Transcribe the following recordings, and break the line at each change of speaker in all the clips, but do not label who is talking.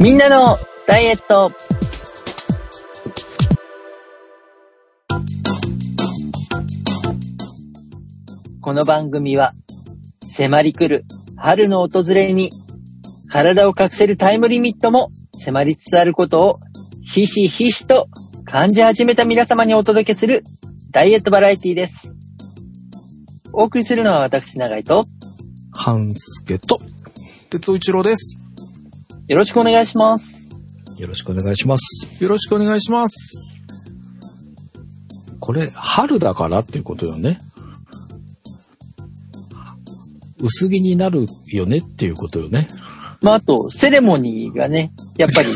みんなのダイエット。この番組は、迫り来る春の訪れに、体を隠せるタイムリミットも迫りつつあることを、ひしひしと感じ始めた皆様にお届けするダイエットバラエティです。お送りするのは私、長井と、
半助と、
鉄尾一郎です。
よろしくお願いします。
よろしくお願いします。
よろしくお願いします。
これ、春だからっていうことよね。薄着になるよねっていうことよね。
まあ、あと、セレモニーがね、やっ ぱり、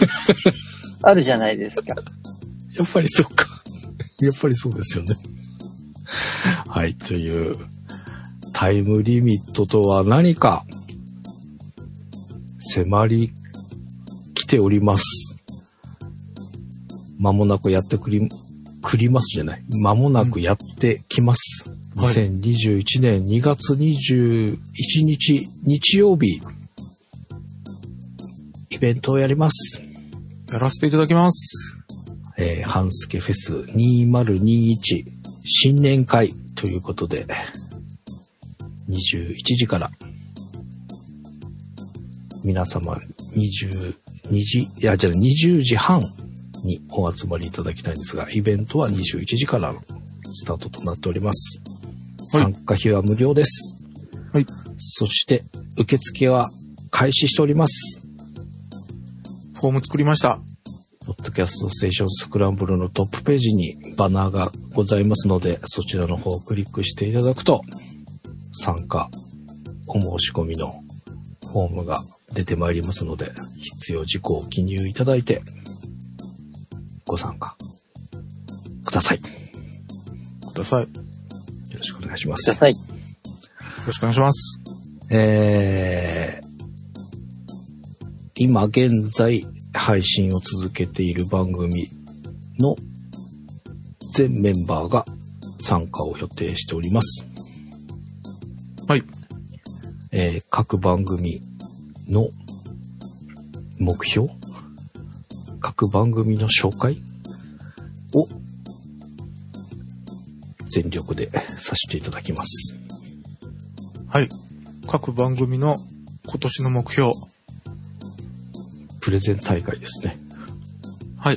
あるじゃないですか。
やっぱりそっか。 やっぱりそうですよね。はい、という、タイムリミットとは何か、迫り来ております。間もなくやってくり、くりますじゃない。間もなくやってきます。
うんはい
2021年2月21日、日曜日、イベントをやります。
やらせていただきます。
えー、半助フェス2021新年会ということで、21時から、皆様22時、いや、じゃあ20時半にお集まりいただきたいんですが、イベントは21時からのスタートとなっております。
はい
参加費は無料です。
はい。
そして、受付は開始しております。
フォーム作りました。
ポッドキャストステーションスクランブルのトップページにバナーがございますので、そちらの方をクリックしていただくと、参加、お申し込みのフォームが出てまいりますので、必要事項を記入いただいて、ご参加ください。よ
ください。よ
ろしくお願いしま
くだ
す。
さい。
ろしくお願いします。
えー、今現在配信を続けている番組の全メンバーが参加を予定しております。
はい。
えー各番組の目標各番組の紹介を全力でさせていただきます。
はい。各番組の今年の目標。
プレゼン大会ですね。
はい。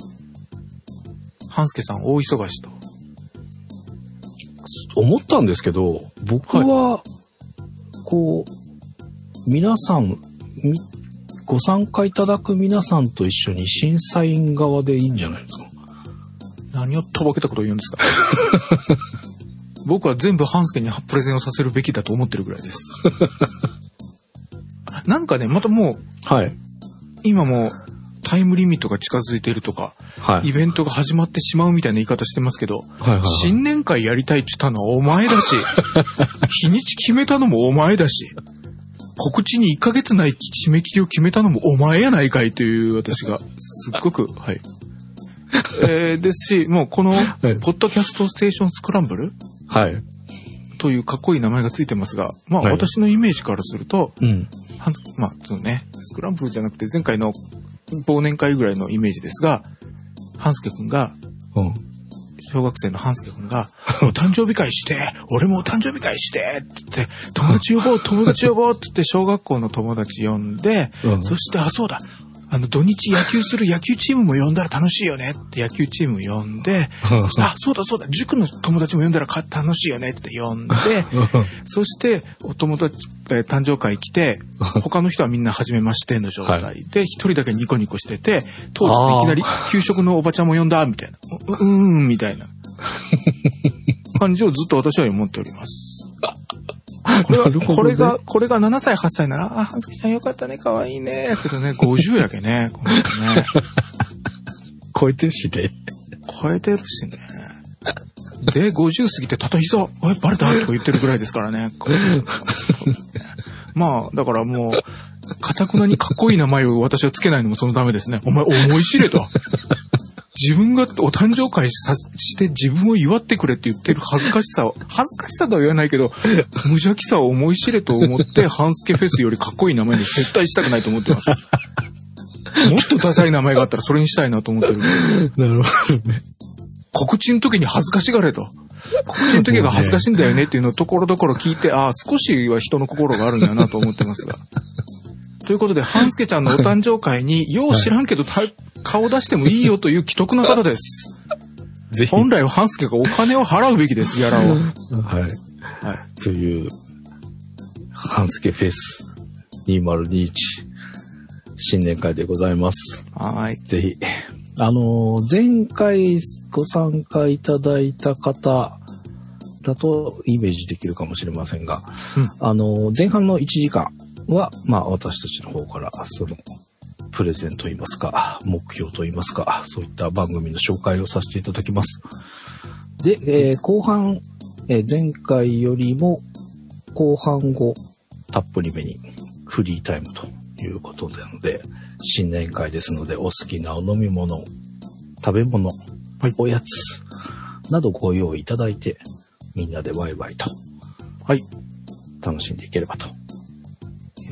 半助さん大忙しと。
思ったんですけど、僕は、こう、皆さん、みご参加いただく皆さんと一緒に審査員側でいいんじゃないですか。
何をとぼけたことを言うんですか僕は全部半助にプレゼンをさせるべきだと思ってるぐらいです。なんかね、またもう、
はい。
今もうタイムリミットが近づいてるとか、
は
イ
い。
ベントが始まってしまうみたいな言い方してますけど、
はいはい、はい。
新年会やりたいって言ったのはお前だ し、日にち決めたのもお前だし、告知に1ヶ月ない締め切りを決めたのもお前やないかいという私が、すっごく、はい。えーですし、もうこの、
い
ポッドキャストステーションスクランブル
はい。
というかっこいい名前がついてますが、まあ
はい
私のイメージからすると、
うん。
はんまあ、そのね、スクランブルじゃなくて前回の忘年会ぐらいのイメージですが、半助くんが、
うん。
小学生の半助くんが、お誕生日会して、俺もお誕生日会してって言って、友達呼ぼう、友達呼ぼうって言って、小学校の友達呼んで、
うん
そして、あ、そうだ、あの、土日野球する野球チームも呼んだら楽しいよねって野球チーム呼んで、そしてあ、そうだそうだ、塾の友達も呼んだらか楽しいよねって呼んで、 そして、お友達、えー誕生会来 て、他の人はみんな初めましての状
は
態で、一人だけニコニコしてて、当日いきなり、給食のおばちゃんも呼んだ、みたいな。う、うーん、みた いな。感じをずっと私は思っており ます。これ
なるほどね
が、これが、これが7歳、8歳なら、あ、はずきちゃんよかったね、かわいいね。やけどね、50やけね、この人ね。
超えてるしね。
超えてるしね。で、50過ぎて、たた膝、え、バレたとか言ってるぐらいですからね。こうまあ、だからもう、かたくなにかっこいい名前を私はつけないのもそのためですね。お前、思い知れと。自分がお誕生会さして自分を祝ってくれって言ってる恥ずかしさを、恥ずかしさとは言わないけど、無邪気さを思い知れと思って、半助フェスよりかっこいい名前に絶対したくないと思ってます。もっとダサい名前があったらそれにしたいなと思ってる。
なるほどね。
告知の時に恥ずかしがれと。告知の時が恥ずかしいんだよねっていうのをところどころ聞いて、ああ、少しは人の心があるんだなと思ってますが。 ということで、半助ちゃんのお誕生会に、よう知らんけどた顔出してもいいよという既得な 方です。
ぜひ。
本来は半助がお金を払うべきです、ギャ ラを。は
はい。
い。
という、半助フェス2021新年会でございます。
はーい。
ぜひ。あのー、前回ご参加いただいた方だとイメージできるかもしれませんが、
うん
あのー、前半の1時間は、まあ私たちの方から、その、プレゼンといいますか、目標といいますか、そういった番組の紹介をさせていただきます。で、えー後半、えー前回よりも後半後、たっぷりめにフリータイムということなので、新年会ですので、お好きなお飲み物、食べ物、
はい
おやつなどご用意いただいて、みんなでワイワイと
はい。
楽しんでいければと、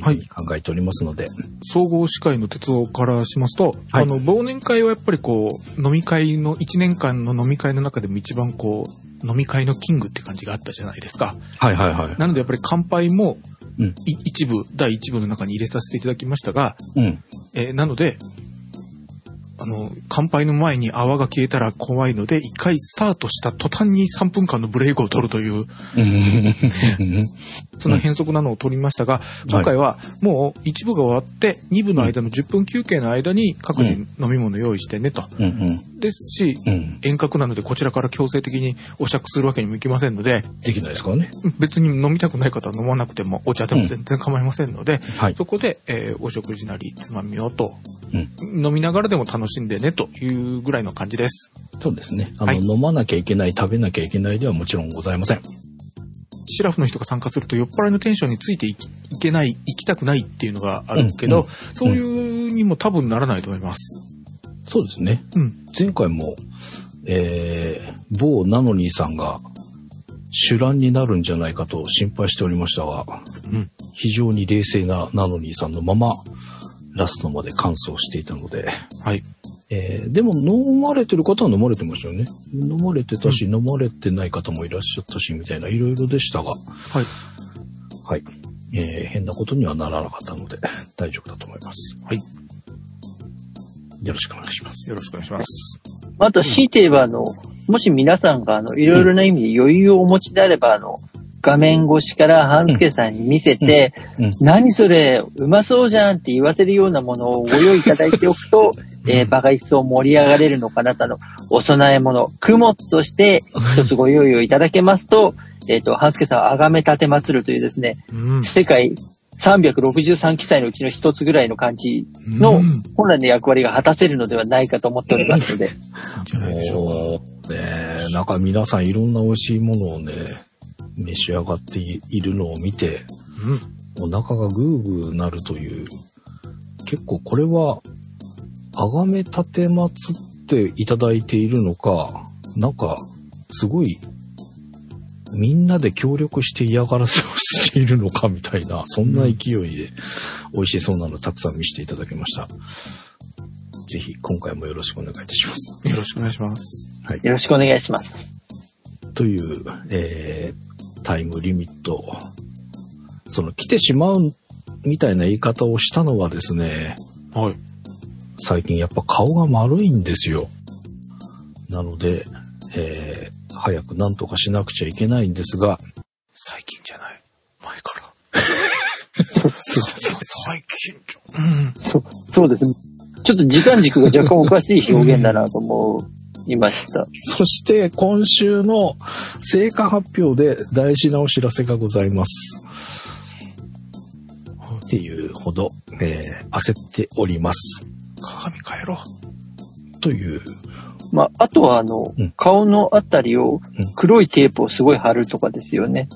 はい
えー考えておりますので、
総合司会の鉄道からしますと、
はい
あの、忘年会はやっぱりこう、飲み会の、1年間の飲み会の中でも一番こう、飲み会のキングって感じがあったじゃないですか。
はいはいはい。
なのでやっぱり乾杯も、
うん
い一部、第一部の中に入れさせていただきましたが、
うん。
えーなので、あの、乾杯の前に泡が消えたら怖いので、一回スタートした途端に3分間のブレイクを取るという、
うん。
そんな変則なのを取りましたが、今回はもう一部が終わって、二部の間の10分休憩の間に各自飲み物用意してねと。
うんうん。
ですし、
うん。
遠隔なのでこちらから強制的にお酌するわけにもいきませんので、
できないですからね。
別に飲みたくない方は飲まなくてもお茶でも全然構いませんので、
はい。
そこで、えーお食事なりつまみをと、
うん
飲みながらでも楽しんでねというぐらいの感じです。
そうですね。あの、
はい
飲まなきゃいけない、食べなきゃいけないではもちろんございません。
シラフの人が参加すると酔っ払いのテンションについていきいけない、行きたくないっていうのがあるけど、
うん
そういうにも多分ならないと思います。
そうですね。
うん。
前回も、えー、某ナノニーさんが、主乱になるんじゃないかと心配しておりましたが、
うん
非常に冷静なナノニーさんのまま、ラストまで完走していたので、
はい。
えーでも飲まれてる方は飲まれてましたよね。飲まれてたし、飲まれてない方もいらっしゃったし、みたいな、いろいろでしたが、
はい。
はい。えー変なことにはならなかったので、大丈夫だと思います。
はい。
よろしくお願いします。
よろしくお願いします。
あと、強いて言えば、あの、もし皆さんが、あの、いろいろな意味で余裕をお持ちであれば、あの、画面越しから半助さんに見せて、
うんうん
何それ、うまそうじゃんって言わせるようなものをご用意いただいておく と、えー、バカ一層盛り上がれるのかなと、あの、お供え物、供物と して一つご用意をいただけますと、えっと、半助さんをあがめ立てまつるというですね、
うん
世界363記載のうちの一つぐらいの感じ
う
の
ん
本来の役割が果たせるのではないかと思っておりますの で、
じゃないでしょうか。
おーねえなんか皆さんいろんな美味しいものをね、召し上がっているのを見て、
うん
お腹がグーグーなるという、結構これは、あがめたてまつっていただいているのか、なんか、すごい、みんなで協力して嫌がらせをしているのかみたいな、そんな勢いで美味しそうなのたくさん見せていただきました。ぜひ今回もよろしくお願いいたします。
よろしくお願いします。
よろしくお願いします。
という、えータイムリミット。その来てしまうみたいな言い方をしたのはですね、
はい。
最近やっぱ顔が丸いんですよ。なので、えー早く何とかしなくちゃいけないんですが、
最近じゃない。前から。
そう
そうそう、最近じゃ。うん。
そうそうですね。ちょっと時間軸が若干おかしい表現だなと思いました。
そして今週の成果発表で大事なお知らせがございます。っていうほど、えー焦っております。
鏡変えろ。
という、
まあ、あとはあの、
うん
顔のあたりを
うん
黒いテープをすごい貼るとかですよね。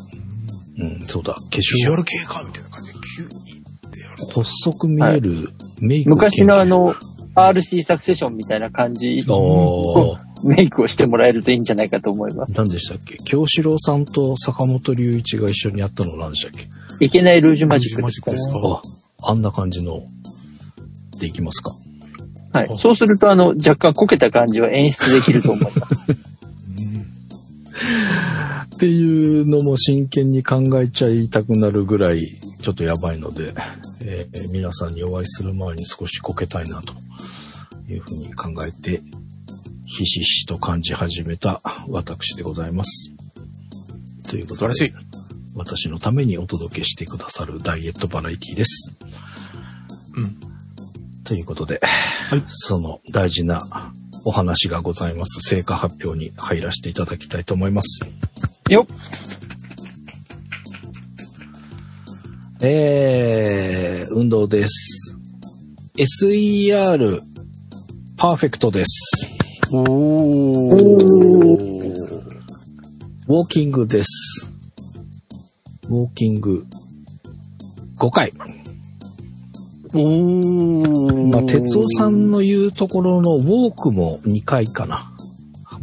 うん、そうだ、化
ビジュ
粧
アル系かみたいな感じで急にってやる。
細く見える、メイク。
昔のあ、の、RC サクセションみたいな感じ
お
のメイクをしてもらえるといいんじゃないかと思います。
何でしたっけ京志郎さんと坂本龍一が一緒にやったの何でしたっけ
いけないルージュマジックですか
ルージュマジックですか
あ、あんな感じの、でいきますか。
はい。そうすると、あの、若干こけた感じは演出できると思います。
っていうのも真剣に考えちゃいたくなるぐらいちょっとやばいので、えー皆さんにお会いする前に少しこけたいなというふうに考えて、ひしひしと感じ始めた私でございます。というこ
素晴
と
ら
で、
しい。
私のためにお届けしてくださるダイエットバラエティです。
うん。
ということで、
い
その大事なお話がございます成果発表に入らせていただきたいと思います。
よっ
えー、運動です。SER パーフェクトです。
おー。
ウォーキングです。ウォーキング5回。まあ、哲夫さんの言うところのウォークも2回かな。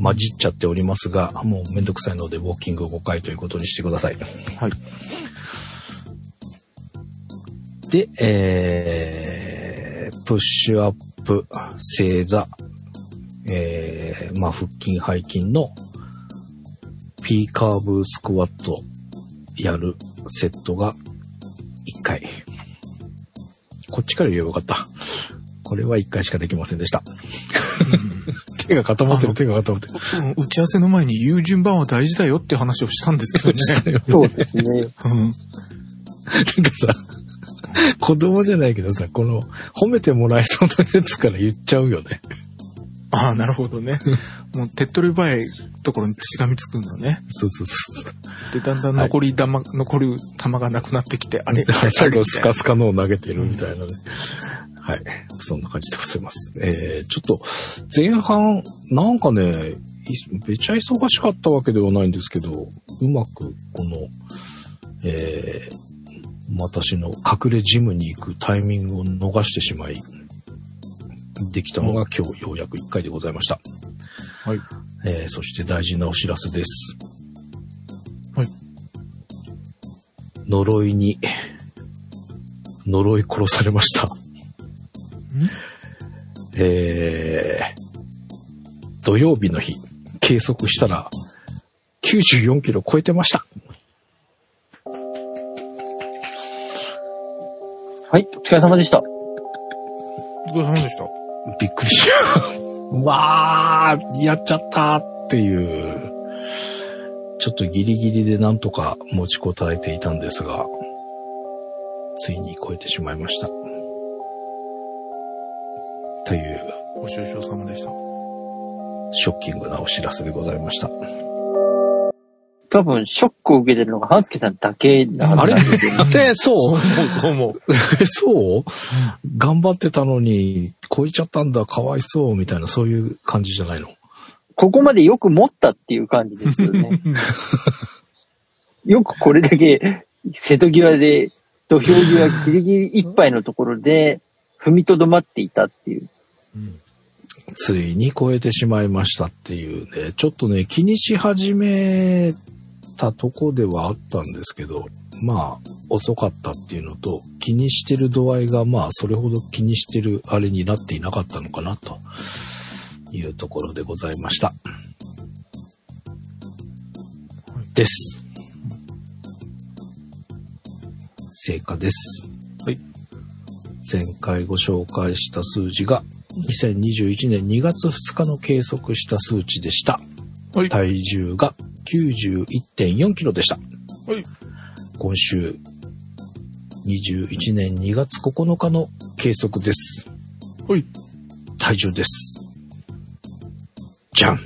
混じっちゃっておりますが、もうめんどくさいのでウォーキング5回ということにしてください。
はい。
で、えー、プッシュアップ、正座、えー、まあ、腹筋、背筋の P カーブスクワットやるセットが1回。こっちから言えばよかった。これは1回しかできませんでした。手が固まってる、手が固まってる。
うん打ち合わせの前に言う順番は大事だよって話をしたんですけどね。
そうですね。
うん。
なんかさ、子供じゃないけどさ、この褒めてもらえそうなやつから言っちゃうよね。
ああ、なるほど ね。もう手っ取り早いところにしがみつくんだね。
そうそうそうそう。
で、だんだん残り玉、残る玉がなくなってきて、あ れ、あ れ
最
あれ
後スカスカのを投げてるみたいなね。はい。そんな感じでございます。えー、ちょっと、前半、なんかね、いめちゃ忙しかったわけではないんですけど、うまく、この、えー、私の隠れジムに行くタイミングを逃してしまい、できたのが今日ようやく1回でございました。
はい。
えーそして大事なお知らせです。
はい。
呪いに、呪い殺されました。えー、土曜日の日、計測したら、94キロ超えてました。
はい。お疲れ様でした。
お疲れ様でした。
びっくりした。うわー、やっちゃったっていう。ちょっとギリギリでなんとか持ちこたえていたんですが、ついに超えてしまいました。という、
ご愁傷様でした。
ショッキングなお知らせでございました。
多分、ショックを受けてるのが、半助さんだけだから
あ れあれ そう
そうそう思う。
そう頑張ってたのに、超えちゃったんだ、かわいそう、みたいな、そういう感じじゃないの
ここまでよく持ったっていう感じですよね。よくこれだけ、瀬戸際で、土俵際ギリギリいっぱいのところで、踏みとどまっていたっていう。
ついに超えてしまいましたっていうね、ちょっとね、気にし始めたとこではあったんですけど、まあ、遅かったっていうのと、気にしてる度合いが、まあ、それほど気にしてるあれになっていなかったのかな、というところでございました。です。成果です。はい。前回ご紹介した数字が、2021年2月2日の計測した数値でした。
はい
体重が91.4キロでした。
はい
今週、21年2月9日の計測です。
はい。
体重です。じゃん。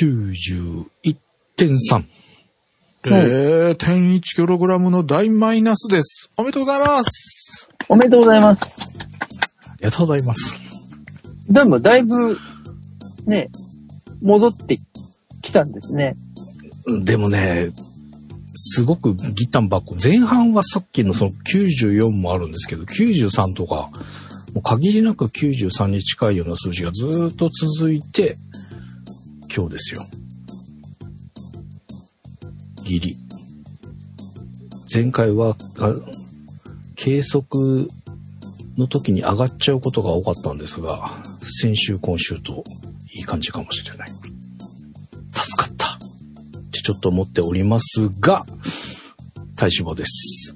91.3。
えー、1キロの大マイナスです。おめでとうございます。
おめでとうございます。
ありがとうございます。
でも、だいぶ、ね、戻ってきたんですね。
でもね、すごくギタンばっこ。前半はさっきのその94もあるんですけど、93とか、もう限りなく93に近いような数字がずーっと続いて、今日ですよ。ギリ。前回は、あ計測の時に上がっちゃうことが多かったんですが、先週、今週といい感じかもしれない。助かったってちょっと思っておりますが、体脂肪です。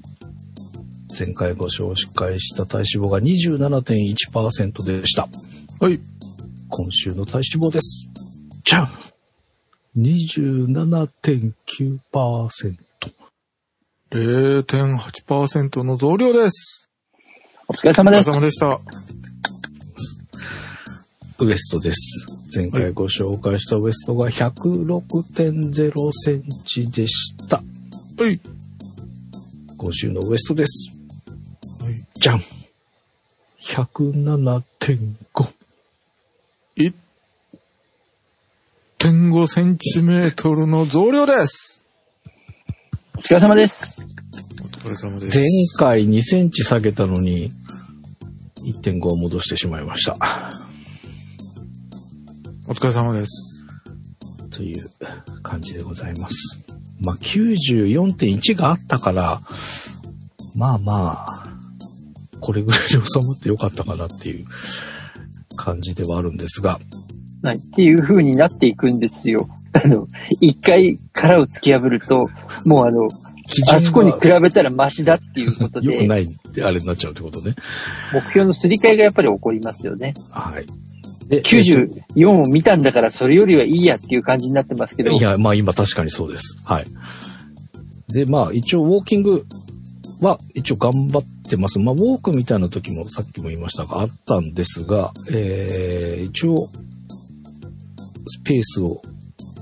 前回ご紹介した体脂肪が27.1%でした。
はい。
今週の体脂肪です。じゃん !27.9%。
0.8%の増量です。
お疲れ様
お疲
で
れ
す。
様でした。
ウエストです。前回ご紹介したウエストが106.0センチでした。
はい。
今週のウエストです。
はい
じゃん !107.5。
1.5センチメートルの増量です。
お疲れ様です。
お疲れ様で
前。回2センチ下げたのに、1.5を戻してしまいました。
お疲れ様です。
という感じでございます。まあ、94.1があったから、まあまあ、これぐらいで収まってよかったかなっていう感じではあるんですが、
はい。っていう風になっていくんですよ。 あの、一回殻を突き破ると、もうあの、
基
あそこに
が
比べたらマシだっていうこと
良く
で、
ないってあれになっちゃうってことね。
目標のすり替えがやっぱり起こりますよね。
はい。で
94を見たんだからそれよりはいいやっていう感じになってますけど
い、や、まあ今確かにそうです。はい。で、まあ一応ウォーキングは一応頑張ってます。まあウォークみたいな時もさっきも言いましたがあったんですが、えー、一応スペースを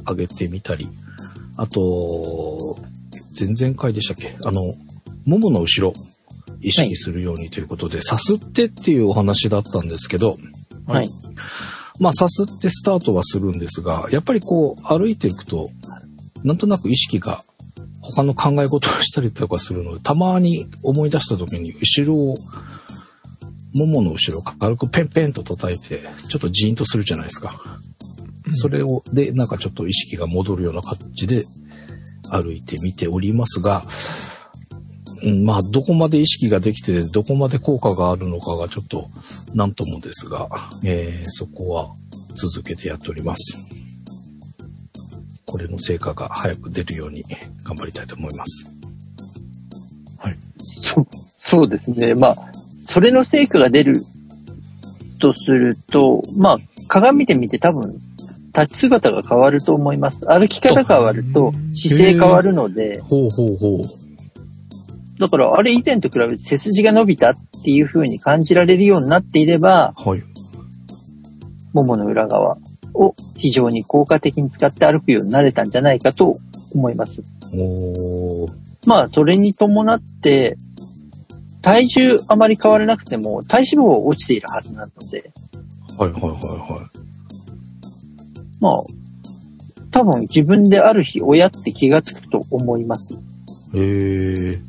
上げてみたり、あと、前々回でしたっけあの、ももの後ろ意識するようにということで、さすってっていうお話だったんですけど、
はい。
まあ、さすってスタートはするんですが、やっぱりこう、歩いていくと、なんとなく意識が、他の考え事をしたりとかするので、たまに思い出した時に、後ろを、ももの後ろを軽くペンペンと叩いて、ちょっとジーンとするじゃないですか。それを、で、なんかちょっと意識が戻るような感じで歩いてみておりますが、うん、まあ、どこまで意識ができて、どこまで効果があるのかがちょっと、なんともですが、えーそこは続けてやっております。これの成果が早く出るように頑張りたいと思います。
そそうですね。まあ、それの成果が出るとすると、まあ、鏡で見て多分、立ち姿が変わると思います。歩き方が変わると
うん、
姿勢変わるので、
ほうほうほう。
だからあれ以前と比べて背筋が伸びたっていう風に感じられるようになっていれば、
はい。
ももの裏側を非常に効果的に使って歩くようになれたんじゃないかと思います。
おー。
まあ、それに伴って、体重あまり変わらなくても、体脂肪は落ちているはずなので、
はいはいはいはい。
まあ、多分自分である日親って気がつくと思います。
えー。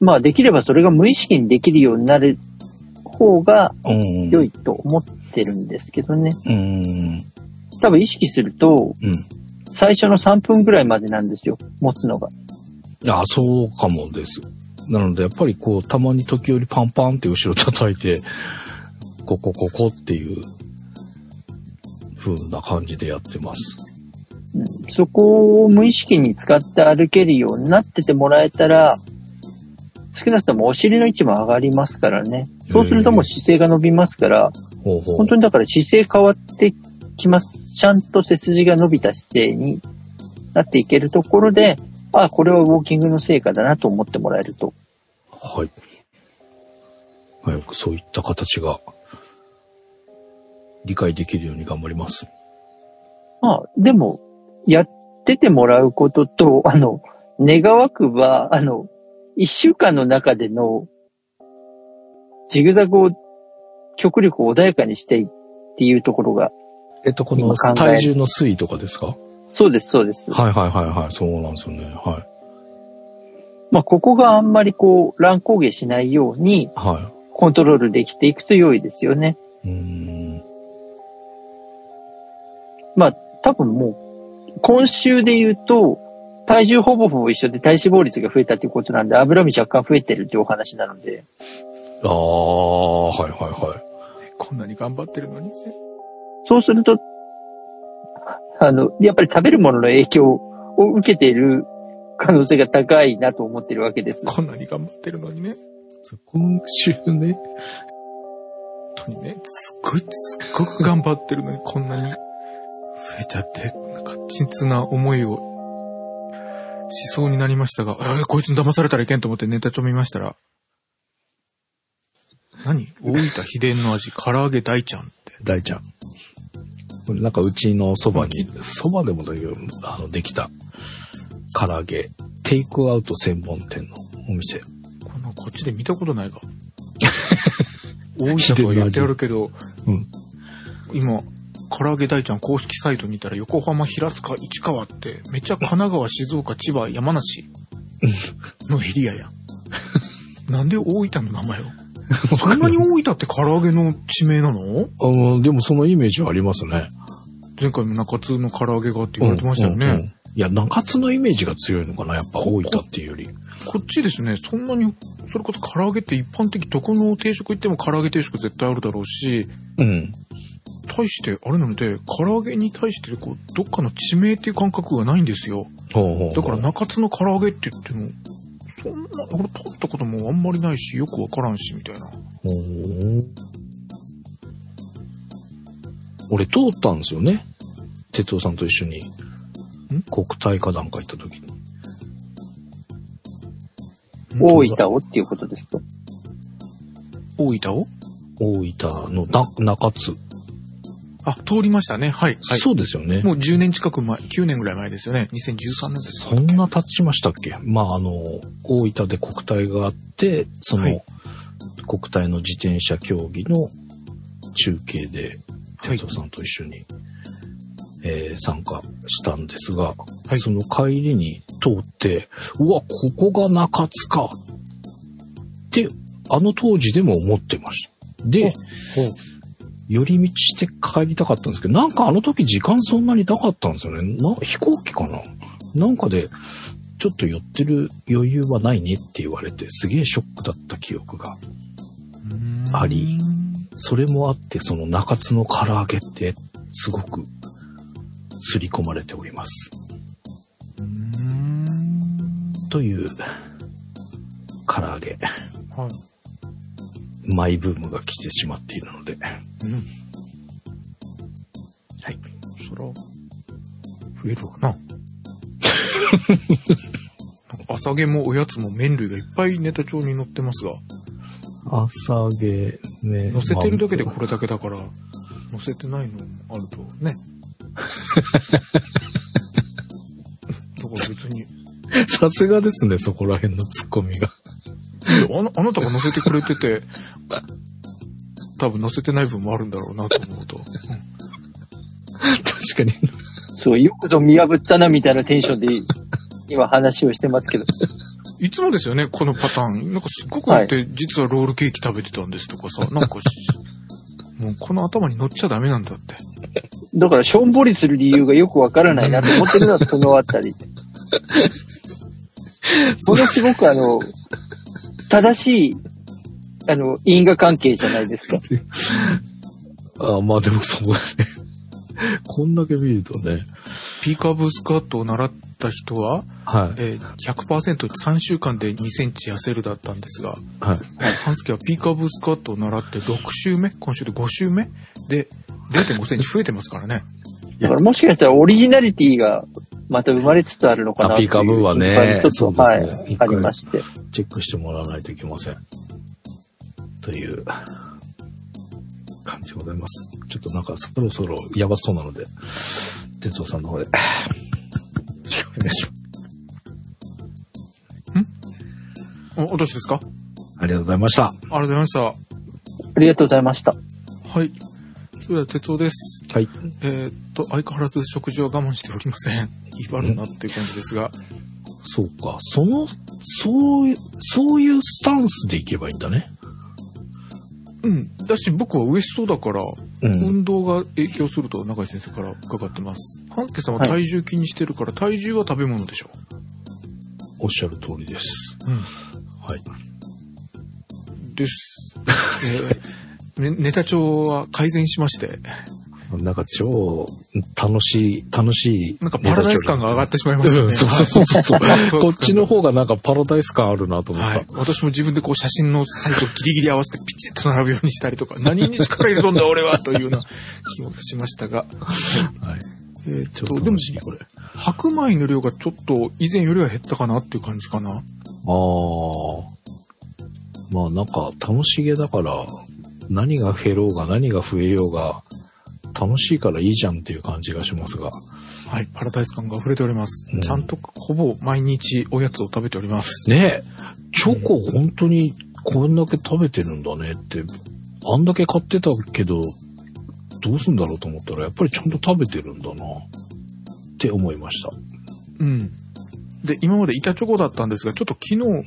まあ、できればそれが無意識にできるようになる方が
うん。
良いと思ってるんですけどね。
うん。
多分意識すると、
うん。
最初の3分ぐらいまでなんですよ、持つのが。
あ、そうかもです。なので、やっぱりこう、たまに時折パンパンって後ろ叩いて、ここ、ここっていう、風な感じでやってます。
うんそこを無意識に使って歩けるようになっててもらえたら、少なくともお尻の位置も上がりますからね。そうするともう姿勢が伸びますから、
ほうほう。
本当にだから姿勢変わってきます。ちゃんと背筋が伸びた姿勢になっていけるところで、あ、これはウォーキングの成果だなと思ってもらえると。
はい。早くそういった形が理解できるように頑張ります。
まあ、でも、やっててもらうことと、あの、願わくば、あの、一週間の中での、ジグザグを極力穏やかにしていっていうところが、
えっと、こ
今
の
考える
体重の推移とかですかはい
そうです、そうです。
はいはいはい。そうなんですよね。はい。
まあ、ここがあんまりこう、乱高下しないように、
は
コントロールできていくと良いですよね。
い。うーん。
まあ、多分もう、今週で言うと、体重ほぼほぼ一緒で体脂肪率が増えたということなんで、脂身若干増えてるっていうお話なので、
あああ、はいはいはい。
こんなに頑張ってるのに。
そうすると、あの、やっぱり食べるものの影響を受けている可能性が高いなと思ってるわけです。
こんなに頑張ってるのにね。
そう今週ね、
本当にね、すっごい、すっごく頑張ってるのに、こんなに増えちゃって、なんか、鎮痛な思いをしそうになりましたが、あれ、こいつに騙されたらいけんと思ってネタ帳見ましたら、何大分秘伝の味、唐揚げ大ちゃんって。
大ちゃん。これなんかうちのそばに、そばでもだけど、あの、できた、唐揚げ、テイクアウト専門店のお店。
こんなこっちで見たことないが。大分とは言ってあるけど、
うん。
今、唐揚げ大ちゃん公式サイトにいたら横浜、平塚、市川って、めっちゃ神奈川、静岡、千葉、山梨のエリ アやん。なんで大分の名前をそんなに大分って唐揚げの地名なの
あの、 でもそのイメージはありますね。
前回も中津の唐揚げがって言われてましたよね。
うんうんうんいや、中津のイメージが強いのかな、やっぱ大分っていうより。
こっちですね、そんなに、それこそ唐揚げって一般的、どこの定食行っても唐揚げ定食絶対あるだろうし、
うん。
対して、あれなので、唐揚げに対して、こう、どっかの地名っていう感覚がないんですよ。
ほうほうほう
だから中津の唐揚げって言っても、そんな、俺食べたこともあんまりないし、よくわからんし、みたいな。
ほう俺通ったんですよね。哲夫さんと一緒に。国体かなんか行った時に。
大分をっていうことですか
大分を
大分のな中津、
あ、通りましたね。はい。はい。
そうですよね。
もう10年近く前、9年ぐらい前ですよね。2013年です
そんな経ちましたっけまあ、あの、大分で国体があって、その、
はい
国体の自転車競技の中継で、
はい
哲夫さんと一緒に、えー参加したんですが、
い
その帰りに通って、うわ、ここが中津かって、あの当時でも思ってました。で、寄り道して帰りたかったんですけど、なんかあの時時間そんなになかったんですよね。な、飛行機かななんかで、ちょっと寄ってる余裕はないねって言われて、すげえショックだった記憶が。あり。それもあって、その中津の唐揚げって、すごく、刷り込まれております。
うーん。
という、唐揚げ、
はい。
マイブームが来てしまっているので、
うん。
はい。
そら、増える わな。なんか朝毛もおやつも麺類がいっぱいネタ帳に載ってますが、
朝揚げ、ね、
載せてるだけでこれだけだから、載せてないのもあるとね。だから別に、
さすがですね、そこら辺のツッコ ミが。
あなあなたが載せてくれてて、多分載せてない分もあるんだろうなと思うと。
確かに。
そう、よくぞ見破ったなみたいなテンションで今話をしてますけど。
いつもですよね、このパターン。なんかすっごくあって、実はロールケーキ食べてたんですとかさ、なんかし、もうこの頭に乗っちゃダメなんだって。
だから、しょんぼりする理由がよくわからないなと思ってるのはそのあ たり。ものすごくあの、正しい、あの、因果関係じゃないですか。
あまあでもそうだね。こんだけ見るとね。
ピーカーブースカートを習った人は、
はい。
えー、100%3 週間で2センチ痩せるだったんですが、
はい。
半月はピーカーブースカートを習って6週目、今週で5週目で0.5センチ増えてますからね。
だからもしかしたらオリジナリティがまた生まれつつあるのかな
あ
ってい
ピ
う
カブーは
心
ね
配もちょっと、
そう
は
ですね
い
一、
あ
回
りまして。
チェックしてもらわないといけません。という感じでございます。ちょっとなんかそろそろやばそうなので、哲夫さんの方で。よろしくお願いします。
お、私ですかあり
ありがとうございました。
がとうございました。
ありがとうございました。
はい。それでは、哲夫です。
はい。
えーっと、相変わらず食事は我慢しておりません。威張るなっていう感じですが。
そうか。その、そういう、そういうスタンスでいけばいいんだね。
うん。だし、僕はウエストだから、
うん。
運動が影響すると中井先生から伺ってます。半助さんは
はい
体重気にしてるから、体重は食べ物でしょ。
おっしゃる通りです。
うん。
はい。
です。えーねネタ帳は改善しまして、
なんか超楽しい、楽しい。
なんかパラダイス感が上がってしまいました
うん
ね。
そうそうそうそう
はい。
こっちの方がなんかパラダイス感あるなと思っ
は
た
い。。私も自分でこう写真のサイトをギリギリ合わせてピチッと並ぶようにしたりとか、何に力入れ込んだ俺はというような気がしました
は
が。
い。
えーっ
ちょっと
と、でも
楽しい、これ。
白米の量がちょっと以前よりは減ったかなっていう感じかな。
ああ。まあなんか楽しげだから、何が減ろうが何が増えようが、楽しいからいいじゃんっていう感じがしますが。
はい。パラダイス感が溢れております。
うん
ちゃんとほぼ毎日おやつを食べております。
ねえ、チョコ本当にこんだけ食べてるんだねって、あんだけ買ってたけど、どうすんだろうと思ったら、やっぱりちゃんと食べてるんだなって思いました。
うん。で、今まで板チョコだったんですが、ちょっと昨日、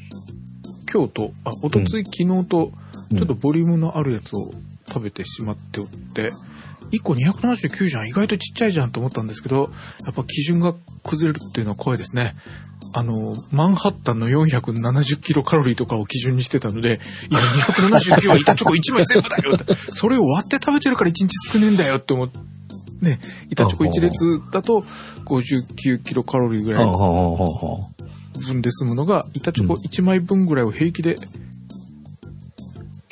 今日と、あ、おとつい昨日と、
うん
ちょっとボリュームのあるやつを食べてしまっておって、1個279じゃん、意外とちっちゃいじゃんと思ったんですけど、やっぱ基準が崩れるっていうのは怖いですね。あの、マンハッタンの470キロカロリーとかを基準にしてたので、いや、279は板チョコ1枚全部だよって、それを割って食べてるから1日少ねえんだよって思って、ね、板チョコ1列だと59キロカロリーぐらいの分で済むのが、板チョコ1枚分ぐらいを平気で、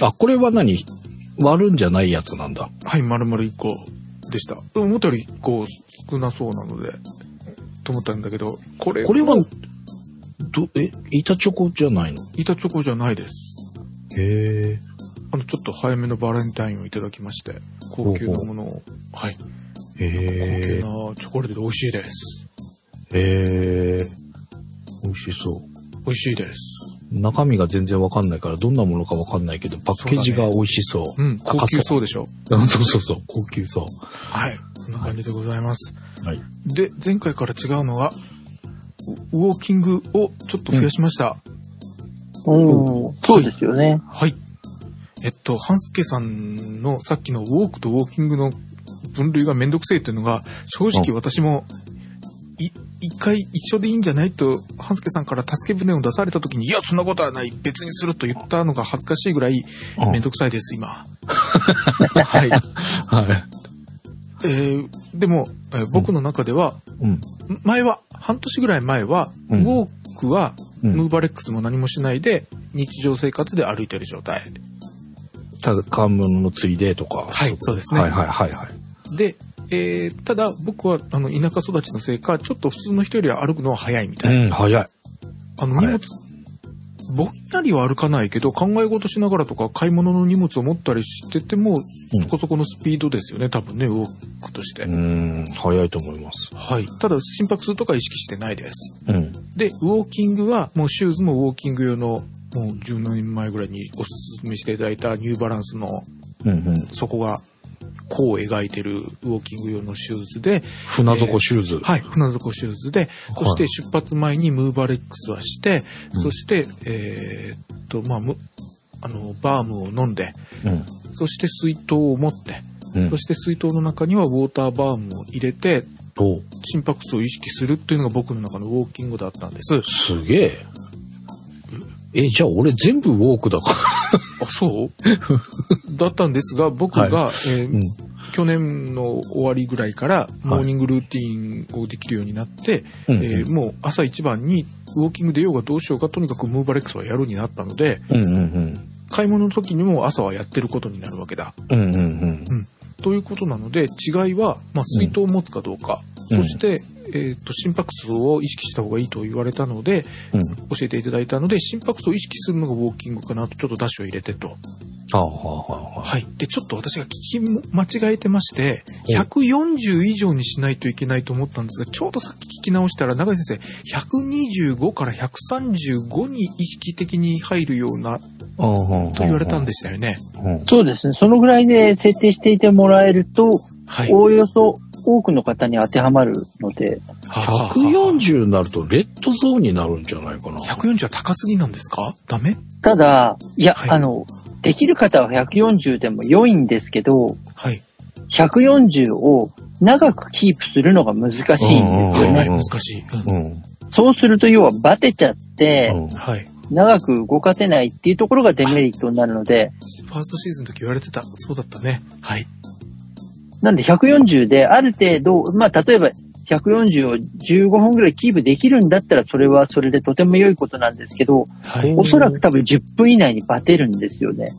あ、これは何割るんじゃないやつなんだ。
はい、丸々1個でした。でも思ったより1個少なそうなので、と思ったんだけど、これ、
これは、ど、え、板チョコじゃないの
板チョコじゃないです。
へえ。
あの、ちょっと早めのバレンタインをいただきまして、高級なものを、はい、高級
へえ。
なチョコレートで美味しいです。
へえ。美味しそう。
美味しいです。
中身が全然わかんないから、どんなものかわかんないけど、パッケージが美味しそう。
うん、高級そうでしょ。
うん そうそうそう、高級そう。
はい、こんな感じでございます。
はい。
で、前回から違うのが、ウウォーキングをちょっと増やしました。
うん。そうですよね。
はい。えっと、半助さんのさっきのウォークとウォーキングの分類がめんどくせえっていうのが、正直私も、い一回一緒でいいんじゃないと、半助さんから助け舟を出された時に、いや、そんなことはない、別にすると言ったのが恥ずかしいぐらい、
うん
めんどくさいです、今。 はい。
はい。
えーでも、えー僕の中では、
うん。
前は、半年ぐらい前は、
うん
ウォークは、
うん
ムーバレックスも何もしないで、日常生活で歩いてる状態。
ただ、買い物のついでとか。
はい、そうですね。
はいはいはいはい。
で、えーただ僕はあの田舎育ちのせいか、ちょっと普通の人よりは歩くのは早いみたい
う
な。
ん、早い。
あの
はい
荷物、ぼんやりは歩かないけど、考え事しながらとか買い物の荷物を持ったりしてても、
うん
そこそこのスピードですよね、多分ね、ウォークとして。
うん、早いと思います。
はい。ただ心拍数とか意識してないです。
うん。
で、ウォーキングはもうシューズもウォーキング用の、もう10年前ぐらいにおすすめしていただいたニューバランスの
うんうん。
底が、こう描いてるウォーキング用のシューズで、
船底シューズ。
はい、船底シューズで、そして出発前にムーバレックスはして、
うん
そして、えーっと、まあ、むあの、バームを飲んで、そして水筒を持って、
うん。うん
そ。して水筒の中にはウォーターバームを入れて、
と、
心拍数を意識するっていうのが僕の中のウォーキングだったんです。
すげえ。え、じゃあ俺全部ウォークだか
あ、そう だったんですが、僕が、えー
ら。うん。
去年の終わりぐらいから、モーニングルーティンをできるようになって、
うん
えーもう朝一番にウォーキング出ようがどうしようがとにかくムーバレックスはやるになったので
うんうん
買い物の時にも朝はやってることになるわけだ。
うん。うんうん
ということなので違いは、まあ、水筒を持つかどうか、
うん
そして、えー、と心拍数を意識した方がいいと言われたので
うん。うん。
教えていただいたので心拍数を意識するのがウォーキングかなとちょっとダッシュを入れてと。
ああ、は
はい。でちょっと私が聞き間違えてまして140以上にしないといけないと思ったんですがちょうどさっき聞き直したら永井先生125から135に意識的に入るような
あ、はあ。
と言われたんでしたよね。
うん。
そうですね。そのぐらいで設定していてもらえると、
はい。
おおよそ多くの方に当てはまるので、
140
140
になるとレッドゾーンになるんじゃないかな。
140は高すぎなんですかダメ
ただ、いや、
はい
あの、できる方は140でも良いんですけど、
はい。
140を長くキープするのが難しいんです
うん
よ
は
ね。
い、難しい。うん
うん。
そうすると要はバテちゃって、
うん
はい。
長く動かせないっていうところがデメリットになるので、
ファーストシーズンの時言われてた。そうだったね。はい。
なんで140である程度、まあ例えば140を15分ぐらいキープできるんだったらそれはそれでとても良いことなんですけど、
はい。うん。
おそらく多分10分以内にバテるんですよね。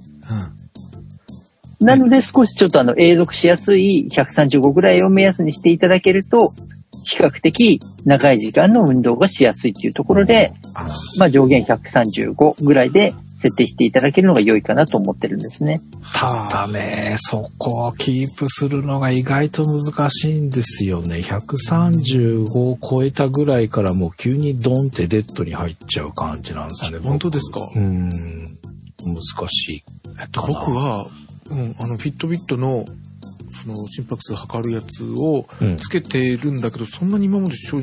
なので少しちょっとあの永続しやすい135ぐらいを目安にしていただけると、比較的長い時間の運動がしやすいというところで、まあ上限135ぐらいで設定していただけるのが良いかなと思ってるんですね。
ただね、そこをキープするのが意外と難しいんですよね。135を超えたぐらいからもう急にドンってデッドに入っちゃう感じなんですよね。
本当ですか
うーん、難しい。
えっと、僕は、うん、あの、フィットビットの、その、心拍数測るやつを
うん
つけてるんだけど、そんなに今まで正直、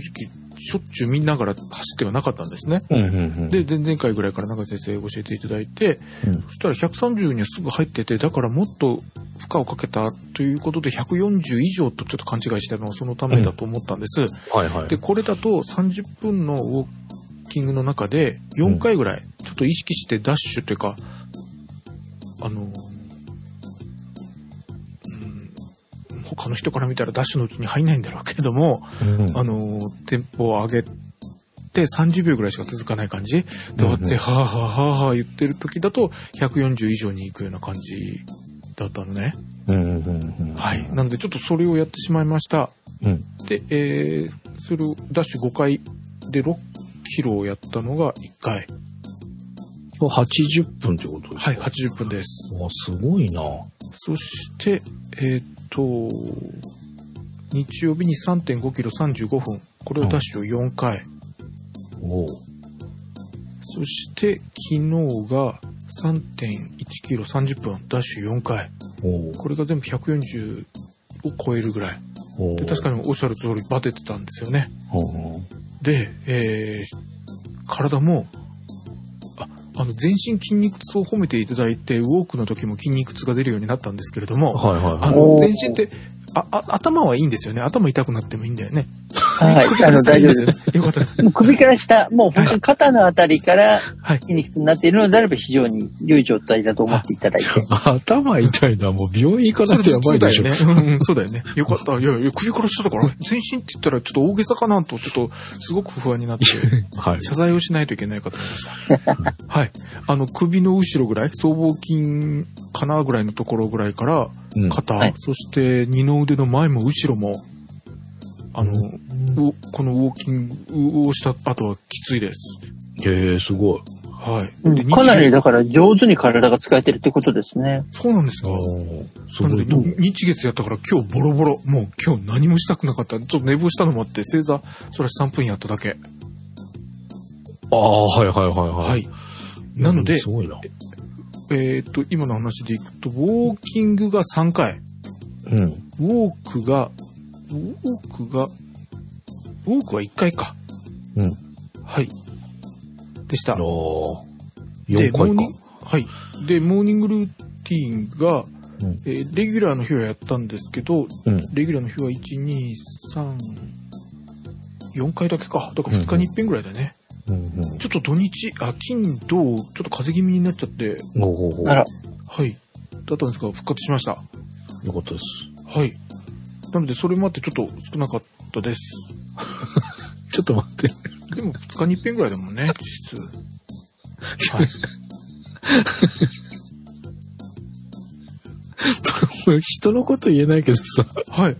しょっちゅう見ながら走ってはなかったんですね。
うんうんうん
で、前々回ぐらいから中井先生教えていただいて、
うん
そしたら130にはすぐ入ってて、だからもっと負荷をかけたということで、140以上とちょっと勘違いしてたのはそのためだと思ったんです。
はいはい。
で、これだと30分のウォーキングの中で4回ぐらい、ちょっと意識してダッシュというか、あの、うん、他の人から見たらダッシュのうちに入んないんだろうけれども、
うん
あの、テンポを上げて30秒ぐらいしか続かない感じ。で、わっ
うんう
て、はぁはぁはぁはぁ言ってる時だと、140以上に行くような感じだったのね。
うんうんうんうん
はい。なので、ちょっとそれをやってしまいました。
うん
で、えー、それをダッシュ5回で6キロをやったのが1回。
これ80分ってことですか
はい、80分です。
わすごいな。
そして、えーっと、日曜日に3.5キロ35分。これをダッシュを4回。
おう
そして、昨日が3.1キロ30分、ダッシュ4回。
おう
これが全部140を超えるぐらい。
おう
で、確かにおっしゃる通りバテてたんですよね。
うんうん
で、えー、体も、あ、あの、全身筋肉痛を褒めていただいて、ウォークの時も筋肉痛が出るようになったんですけれども、
はいはい
あ
はい。
の、
おー
全身って、あ、あ、頭はいいんですよね。頭痛くなってもいいんだよね。
はい。あの、大丈夫です。
す。よかった。
もう首から下、もう本当に肩のあたりから
はい
筋肉痛になっているのであれば非常に良い状態だと思っていただいて。
頭痛いな、もう病院行か
そ
な
れ
くてやばいでしょ。
普通だよね。うん、そうだよね。よかった。いやいや、首から下だから、全身って言ったらちょっと大げさかなと、ちょっと、すごく不安になって、
はい。
謝罪をしないといけないかと思いました。 はい。あの、首の後ろぐらい、僧帽筋かなぐらいのところぐらいから、
うん
肩、
はい
そして二の腕の前も後ろも、あの、うこのウォーキングをした後はきついです。
へえ、すごい。
はい。
うん
で
かなり
日
だから上手に体が使えてるってことですね。
そうなんですか。
す
なの
ご
で、
いと思う。
日月やったから今日ボロボロ。もう今日何もしたくなかった。ちょっと寝坊したのもあって、正座、それ3分やっただけ。
ああ、はいはいはい
は
はいい。。
なので
うんす、ごいな。
えーっと、今の話でいくと、ウォーキングが3回、
うん。
ウォークが、ウォークが、ウォークは1回か。
うん。
はい。でした
あ。のー、
で、
4
モー
回か
ニン。グ、はい。で、モーニングルーティンが、
うん
えーレギュラーの日はやったんですけど、
うん。
レギュラーの日は1、2、3、4回だけか。だから2日に1遍ぐらいだね。
うんうん。
ちょっと土日、あ、金、土、ちょっと風邪気味になっちゃって、
おうおうおう
あら、
はい。だったんですが、復活しました。
よかったです。
はい。なので、それもあってちょっと少なかったです。
ちょっと待って。
でも、2日に1遍ぐらいだもんね、実質。はい。
人のこと言えないけどさ、
はい。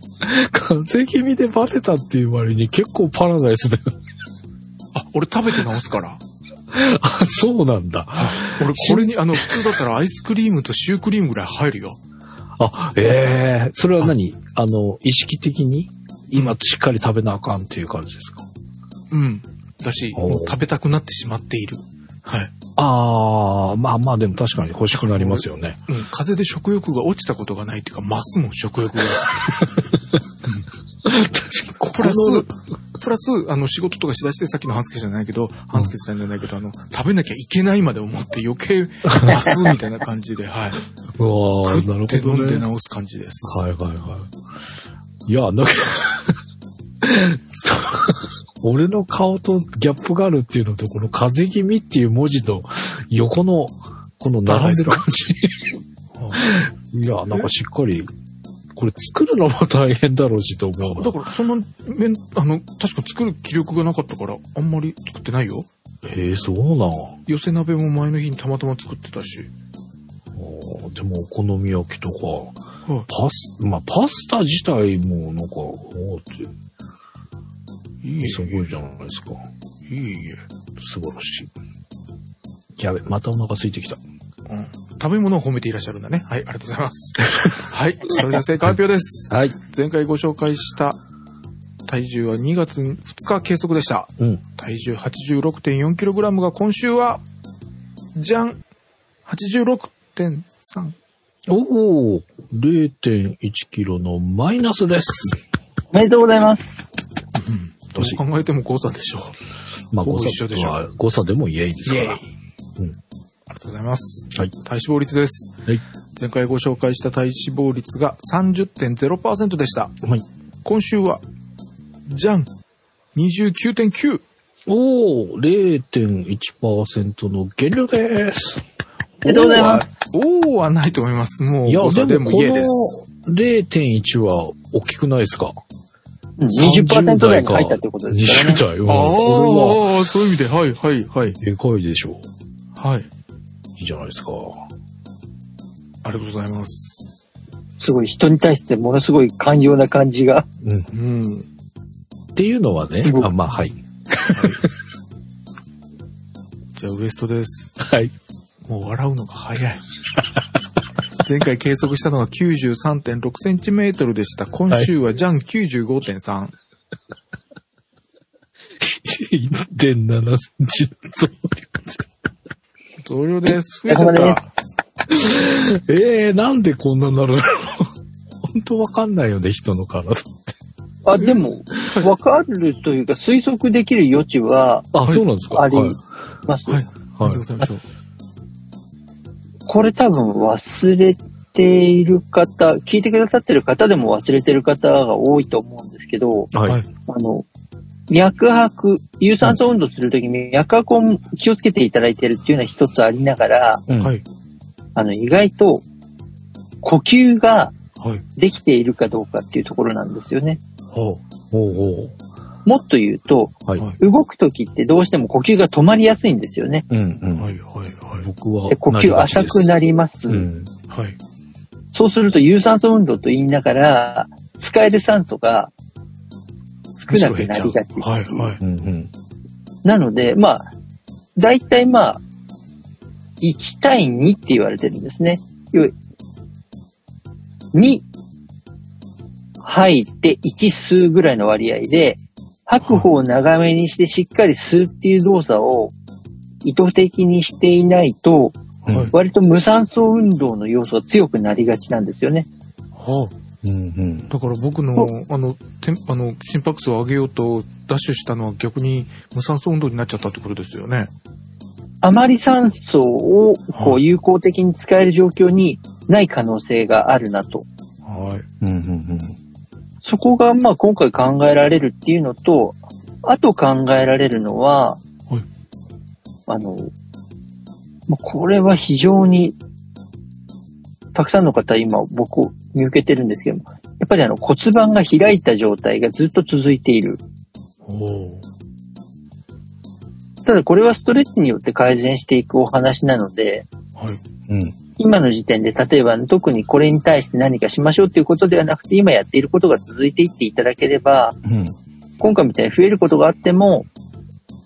風邪気味でバテたっていう割に結構パラダイスだよ。
あ、俺食べて直すから。
あ、そうなんだ。
俺、これに、あの、普通だったらアイスクリームとシュークリームぐらい入るよ。
あ、ええそれは何あの、意識的に今しっかり食べなあかんっていう感じですか
うん。だし、
おう
もう食べたくなってしまっている。はい。
ああ、まあまあでも確かに欲しくなりますよね。
うん。風邪で食欲が落ちたことがないっていうか、ますもん、食欲が。
確かに。
プラス、プラス、あの、仕事とかしだして、さっきの半助じゃないけど、半助さんじゃないけど、あの、食べなきゃいけないまで思って余計、ますみたいな感じ で、はい。
うわーな
食って
るほ
飲
ど
んで
ね。
直す感じです。
はいはいはい。いや、なんか、 俺の顔とギャップがあるっていうのと、この風邪気味っていう文字と、横の、この並んでる感じ。 いや、なんかしっかり、これ作るのも大変だろうしと思う
だ
な。
から、そんな、めん、あの、確か作る気力がなかったから、あんまり作ってないよ。
へえ、そうなん。
寄せ鍋も前の日にたまたま作ってたし。
あーでもお好み焼きとか、
は
パス、まあパスタ自体もなんか、おーっ
い。いい
て、
え、
すごいじゃないですか。
いいえ。
素晴らしい。やべ、またお腹空いてきた。
うん。食べ物を褒めていらっしゃるんだね。はい、ありがとうござい ます。はい、それでは正解発表です。
はい。
前回ご紹介した体重は2月2日計測でした。
うん。
体重 86.4kg が今週は、じゃん !86.3。
おお、0.1キロのマイナスです。
おめでとうございます。
どう考えても誤差でしょう。
まあ、
ほ
誤
ぼ
差
一緒でしょ
は誤差でもイエイです
イ
か
エイ
ら。うん
ありがとうございます。
はい。
体脂肪率です。
はい。
前回ご紹介した体脂肪率が30.0%でした。
はい。
今週は、じゃん !29.9!
おお、0.1%の減量です。
おめでとうございます。
おーはないと思います。もう、
いや、
誤差
で
で
も
も
こ
家
の
です。
0.1は大きくないですか
うん20%台に入ったということですからね。
20代。うん
あ
こ
ーあー、そういう意味で、はい、はい、はい。
れは、でかいでしょう。
はい。
いいじゃないですか。
ありがとうございます。
すごい、人に対してものすごい寛容な感じが。
うん。っ
うん。
ていうのはね
すご、い
あまあ、はい。
じゃあ、ウエストです。
はい。
もう笑うのが早い。前回計測したのが93.6センチメートルでした。今週はじゃん95.3。
1.7センチ増
増量です。増
お疲れ
えちゃ
様
っ
で
た。
す。
ええなんでこんなになるの本当わかんないよね、人の体。
あ、でも、わかるというか、推測できる余地は
あ、
はい
そうなんですか。
あり
はい。
ます。
はい。ありが
はい
とうございましょう。
これ多分忘れている方、聞いてくださってる方でも忘れてる方が多いと思うんですけど、
はい。
はい
あの、脈拍、有酸素運動するときに脈拍を気をつけていただいてるっていうのは一つありながら、
うん
はい。
あの、意外と呼吸が
はい。
できているかどうかっていうところなんですよね。
おうおうおう
もっと言うと、
はい。
はい
動くときってどうしても呼吸が止まりやすいんですよね。
うんうん。
はい。はい。
僕は
で呼
なり
吸
がち
浅
です
くなります。
うん。
はい。
そうすると有酸素運動と言いながら、使える酸素が少なくなりがち。
はい。はい。
うんうん。
なので、まあ、だいたいまあ、1対2って言われてるんですね。要は2吐いて1吸うぐらいの割合で、吐く方を長めにしてしっかり吸うっていう動作を意図的にしていないと、
うん
はい。
割と無酸素運動の要素が強くなりがちなんですよね。
は
うんうん
あ、。だから僕の、あの、てんあの、心拍数を上げようと、ダッシュしたのは逆に無酸素運動になっちゃったってことですよね。
あまり酸素をこ
は
う有効的に使える状況にない可能性があるなと。
は
う
い。
んうんうん。
そこがまあ今回考えられるっていうのと、あと考えられるのは、
はい
あの、まあこれは非常にたくさんの方今僕を見受けてるんですけども、やっぱりあの骨盤が開いた状態がずっと続いている。
お
ただこれはストレッチによって改善していくお話なので、
はい。
うん。
今の時点で、例えば特にこれに対して何かしましょうということではなくて、今やっていることが続いていっていただければ、
うん。
今回みたいに増えることがあっても、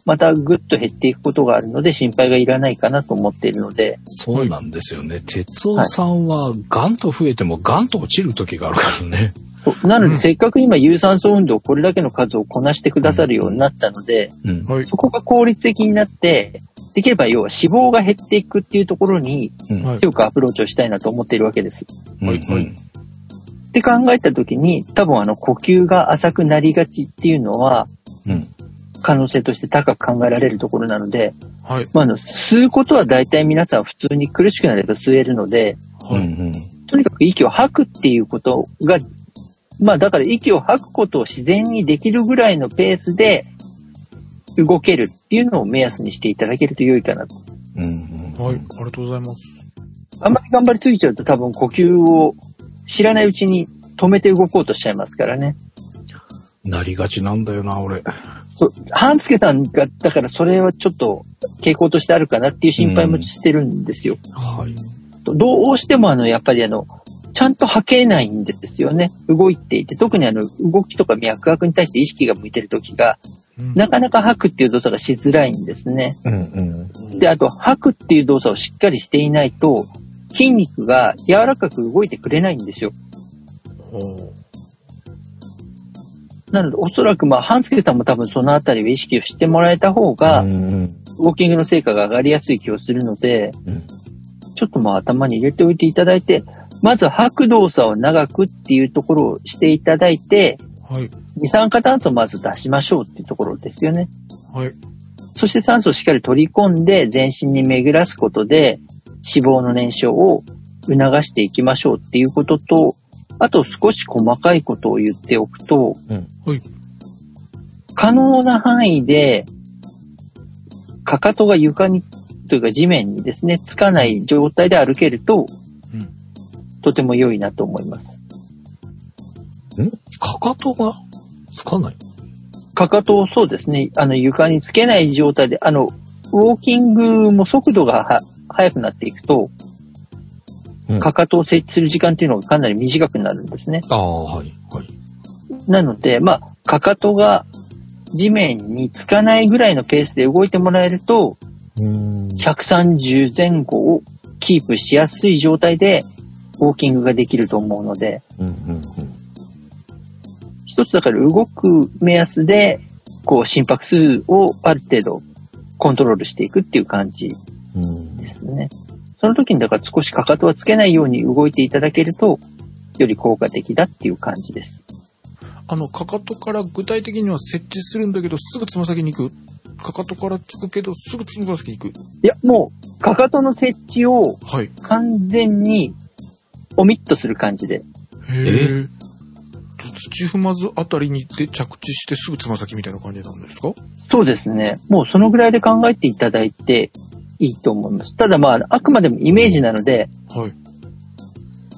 またぐっと減っていくことがあるので、心配がいらないかなと思っているので、
そうなんですよね。哲夫さんは、ガンと増えても、ガンと落ちる時があるからね。
そうなの
う
で
ん
せっかく今有酸素運動をこれだけの数をこなしてくださるようになったので、
うん。
はい。
そこが効率的になって、できれば要は脂肪が減っていくっていうところに
うん
はい
強くアプローチをしたいなと思っているわけです。
うん
はいはい
って考えた時に多分あの呼吸が浅くなりがちっていうのは、
うん
可能性として高く考えられるところなので、
はい。
まあ、あの吸うことは大体皆さん普通に苦しくなれば吸えるので
うん
は
う
い。
ん。
とにかく息を吐くっていうことがまあだから息を吐くことを自然にできるぐらいのペースで動けるっていうのを目安にしていただけると良いかなと。
うんうん
はい、ありがとうございます。
あんまり頑張りすぎちゃうと多分呼吸を知らないうちに止めて動こうとしちゃいますからね。
なりがちなんだよな、俺。
そう半助さんが、だからそれはちょっと傾向としてあるかなっていう心配もしてるんですよ。
はい。
どうしてもあの、やっぱりあの、ちゃんと吐けないんですよね。動いていて、特にあの、動きとか脈拍に対して意識が向いてる時が、
うん
なかなか吐くっていう動作がしづらいんですね。
うんうん。
で、あと、吐くっていう動作をしっかりしていないと、筋肉が柔らかく動いてくれないんですよ。なので、おそらく、まあ、半助さんも多分そのあたりを意識をしてもらえた方が、
うんうん
ウォーキングの成果が上がりやすい気をするので、
うん
ちょっとまあ頭に入れておいていただいて、まず吐く動作を長くっていうところをしていただいて、
はい、
二酸化炭素をまず出しましょうっていうところですよね。
はい、
そして酸素をしっかり取り込んで全身に巡らすことで脂肪の燃焼を促していきましょうっていうことと、あと少し細かいことを言っておくと、
うん
はい
可能な範囲で、かかとが床に、というか地面にですね、つかない状態で歩けると、
うん
とても良いなと思います。
かかとがつかない。
かかとをそうですね、あの床につけない状態で、あの、ウォーキングも速度がは速くなっていくと
うん、
かかとを設置する時間っていうのがかなり短くなるんですね。
ああ、はい。はい。
なので、まあ、かかとが地面につかないぐらいのペースで動いてもらえると、
うん。
130前後をキープしやすい状態で、ウォーキングができると思うので、
うんうん
一つだから動く目安で、こう心拍数をある程度コントロールしていくっていう感じ
うん。うん
ですね。その時にだから少しかかとはつけないように動いていただけると、より効果的だっていう感じです。
あの、かかとから具体的には設置するんだけど、すぐつま先に行く。かかとからつくけど、すぐつま先に行く。
いや、もう、かかとの設置を
はい。
完全にオミットする感じで。
へえ。土踏まずあたりに行って着地してすぐつま先みたいな感じなんですか
そうですね。もうそのぐらいで考えていただいていいと思います。ただまあ、あくまでもイメージなので、
はい。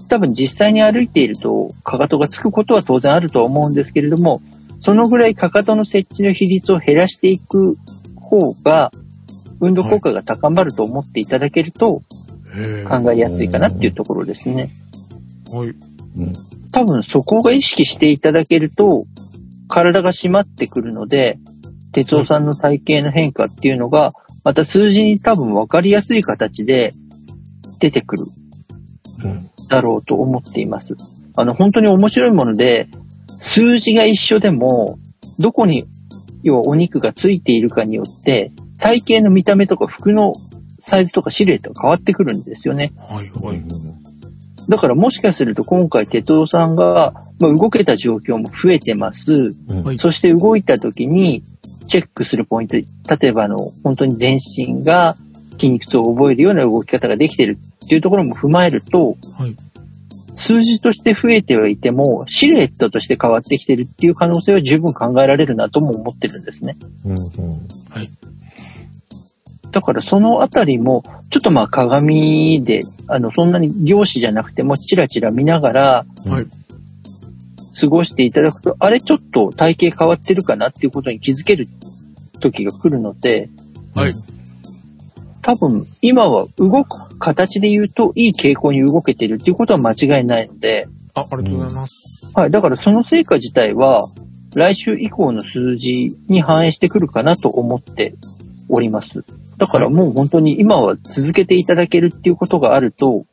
多分実際に歩いていると、かかとがつくことは当然あるとは思うんですけれども、そのぐらいかかとの設置の比率を減らしていく方が、運動効果が高まると思っていただけると
へえ。は
考えやすいかなっていうところですね。
い。
うん。
多分そこが意識していただけると、体が締まってくるので、哲夫さんの体型の変化っていうのが、また数字に多分分かりやすい形で出てくる
うん。
だろうと思っています。あの、本当に面白いもので、数字が一緒でも、どこに、要はお肉がついているかによって、体型の見た目とか服のサイズとかシルエットが変わってくるんですよね。
はい、
う
は
ん
い。
だからもしかすると今回鉄道さんが、まあ、動けた状況も増えてます。
うん
はい
そして動いた時にチェックするポイント、例えばあの、本当に全身が筋肉痛を覚えるような動き方ができてるっていうところも踏まえると、
はい
数字として増えてはいても、シルエットとして変わってきてるっていう可能性は十分考えられるなとも思ってるんですね。
うんうん
だからそのあたりも、ちょっとまあ鏡で、あの、そんなに凝視じゃなくても、チラチラ見ながら、
はい
過ごしていただくと、あれちょっと体型変わってるかなっていうことに気づける時が来るので、
はい。
多分今は動く形で言うと、いい傾向に動けてるっていうことは間違いないので、
あ、ありがとうございます。
はい。だからその成果自体は、来週以降の数字に反映してくるかなと思っております。だからもう本当に今は続けていただけるっていうことがあると、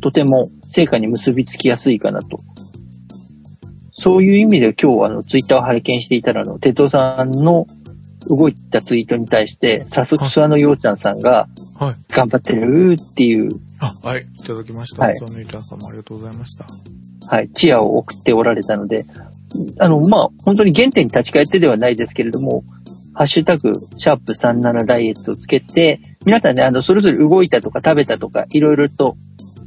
とても成果に結びつきやすいかなと。そういう意味で今日あのツイッターを拝見していたらあの、哲夫さんの動いたツイートに対して、早速諏訪のようちゃんさんが
はい、
頑張ってるっていう、
あ、はい。いただきました。
はい
サンドイッチャーさんもありがとうございました。
はい、チアを送っておられたので、あの、まあ、本当に原点に立ち返ってではないですけれども、ハッシュタグ、シャープ37ダイエットをつけて、皆さんね、あの、それぞれ動いたとか食べたとか、いろいろと、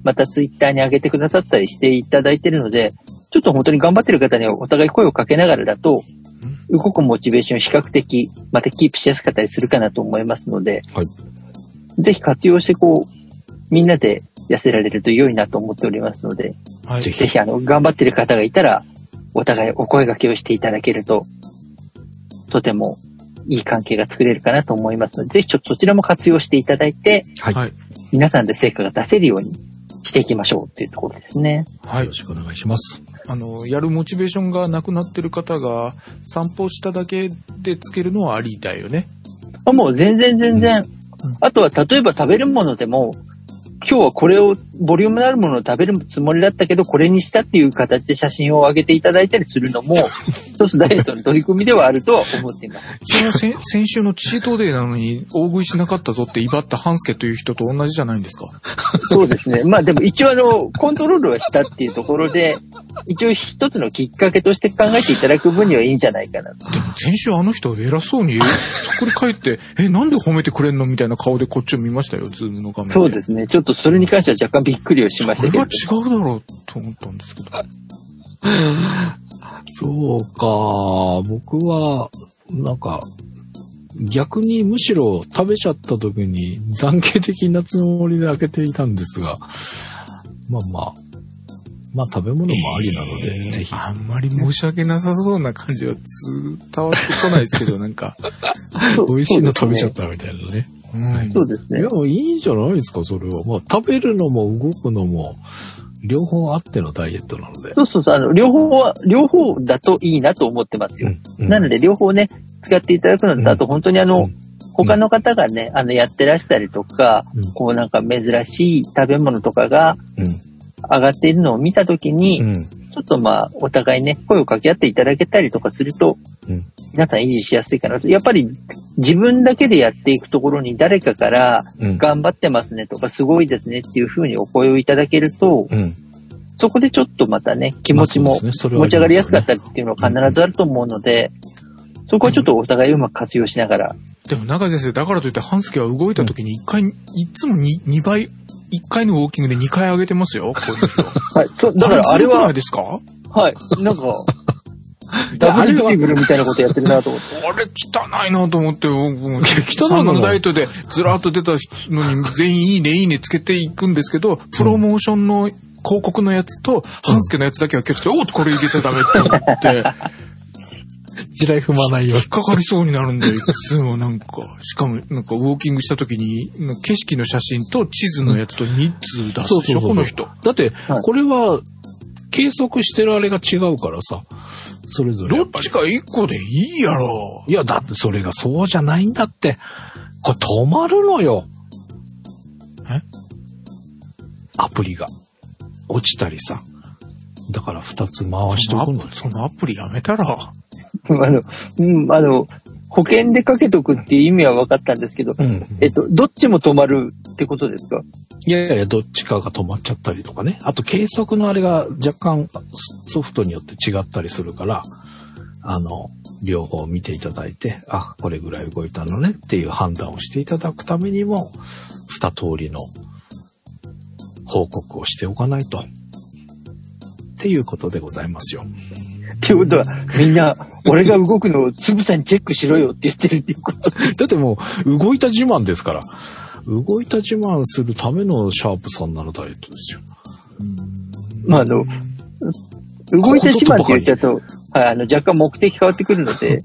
またツイッターに上げてくださったりしていただいてるので、ちょっと本当に頑張ってる方にはお互い声をかけながらだと、動くモチベーションを比較的、またキープしやすかったりするかなと思いますので、
はい
ぜひ活用して、こう、みんなで痩せられると良いなと思っておりますので、
はい。
ぜ
ぜひ、あの、頑張ってる方がいたら、お互いお声掛けをしていただけると、とてもいい関係が作れるかなと思いますので、ぜひちょっとそちらも活用していただいて、
はい。
は
よ
い。
皆さんで成果が出せるようにしていきましょうっていうところですね。
はい
ろ。しくお願いします。
あの、やるモチベーションがなくなってる方が、散歩しただけでつけるのはありだよね。
あもう全然全然。あとは例えば食べるものでも、今日はこれを、ボリュームのあるものを食べるつもりだったけど、これにしたっていう形で写真を上げていただいたりするのも、一つダイエットの取り組みではあるとは思っています。
その 先先週のチートデイなのに、大食いしなかったぞって威張った半助という人と同じじゃないんですか。
そうですね。まあでも一応あの、コントロールはしたっていうところで、一応一つのきっかけとして考えていただく分にはいいんじゃないかなと。
でも先週あの人偉そうに、そっくり返って、え、なんで褒めてくれんのみたいな顔でこっちを見ましたよ、ズームの画面で。
そうですね。ちょっとそれに関しては若干びっくりをしました
これ
け
は
れど。
違うだろうと思ったんですけど。
そうか、僕は、なんか、逆にむしろ食べちゃった時に残形的なつもりで開けていたんですが、まあまあ、まあ食べ物もありなので、ぜひ。
あんまり申し訳なさそうな感じは伝わってこないですけど、なんか。
そう
美味しいの食べちゃっ
そ
たみたいなね。
うん
はい
そうです
い
ね
や、。もういいんじゃないですか、それは。まあ、食べるのも動くのも、両方あってのダイエットなので。
そうそうそう、あの、両方は、両方だといいなと思ってますよ。
うん
なので、両方ね、使っていただくのだと、あと本当にあの、
うん
他の方がね、あの、やってらしたりとか、
うん
こうなんか珍しい食べ物とかが
うん。
上がっているのを見たときに、
うん。
ちょっとまあ、お互いね、声を掛け合っていただけたりとかすると、
うん
皆さん維持しやすいかなと。やっぱり、自分だけでやっていくところに誰かから、
うん。
頑張ってますねとか、すごいですねっていうふうにお声をいただけると、
うん。
そこでちょっとまたね、気持ち
まあ
も
そうですねそれはあ
持
りますね
ち上がりやすかったりっていうのは必ずあると思うので、そこはちょっとお互いうまく活用しながら、
でも中井先生、だからといって半助は動いた時に一回、いつも 2, 二倍、一回のウォーキングで2回上げてますよ、こういう人。
はい、そう、 だからあれ
ずるくな、
はい
ですか
はい、なんか、 ダブルドリブルみたいなことやってるなと思って。
あれ汚いなと思って、僕も
汚い
う、
の
サンマのダイエットでずらっと出たのに全員いいね、いいねつけていくんですけど、プロモーションの広告のやつと、半助のやつだけはキャッチして、おっこれ入れちゃダメって言って、
地雷踏まないよう
引っかかりそうになるんだよ、いつもなんか。しかも、なんかウォーキングした時に、景色の写真と地図のやつと2通出すでしょ、この人。
だって
はい、
これは、計測してるあれが違うからさ、それぞれ。
どっちか一個でいいやろ。
いや、だってそれがそうじゃないんだって。これ止まるのよ。
え
アプリが。落ちたりさ。だから二つ回し
そ
と
のア
くのよ
プリそのアプリやめたら。
あの、うん、あの、保険でかけとくっていう意味は分かったんですけど、
うん。
えっと、どっちも止まるってことですか
いやいや、どっちかが止まっちゃったりとかね。あと、計測のあれが若干ソフトによって違ったりするから、あの、両方見ていただいて、あ、これぐらい動いたのねっていう判断をしていただくためにも、二通りの報告をしておかないと。っていうことでございますよ。
っていうことは、みんな、俺が動くのをつぶさにチェックしろよって言ってるっていうこと。
だってもう、動いた自慢ですから。動いた自慢するためのシャープさんならダイエットですよ。
まあ、あの、動いてしまって言っちゃうと、はい、あの、若干目的変わってくるので、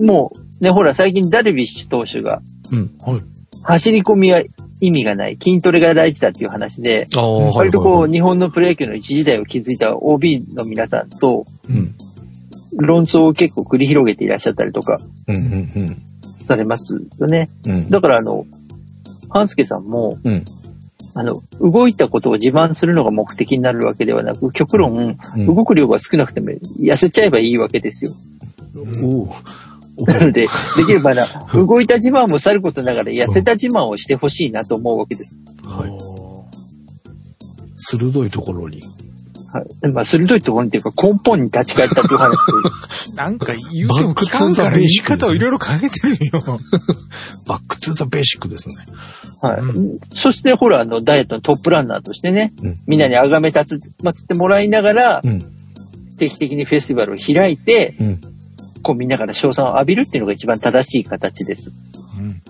もう、ね、ほら、最近ダルビッシュ投手が、
うん。はい。
走り込みは意味がない、筋トレが大事だっていう話で、
ああ、はいはいはい。
割とこう、日本のプロ野球の一時代を築いた OB の皆さんと、
うん。
論争を結構繰り広げていらっしゃったりとか、
うん、うん、うん。
されますよね。
うん
だから、あの、半助さんも、
うん
あの、動いたことを自慢するのが目的になるわけではなく、極論、
うん
動く量が少なくても痩せちゃえばいいわけですよ。
おうお
な
う
ので、できればな、動いた自慢もさることながら、痩せた自慢をしてほしいなと思うわけです。
はい、鋭いところに。
はい。まあ、鋭いところにというか、根本に立ち返ったという話
なんか言うても聞かんから言い方をいろいろ変えてるよ。
バックトゥザベーシックですね。
という。はい。
う
そして、ほら、あの、ダイエットのトップランナーとしてね、
うん
みんなに崇め立つ、まつってもらいながら、
うん。
定期的にフェスティバルを開いて、
うん。
ッコミながら賞賛を浴びるっていうのが一番正しい形です。
うん。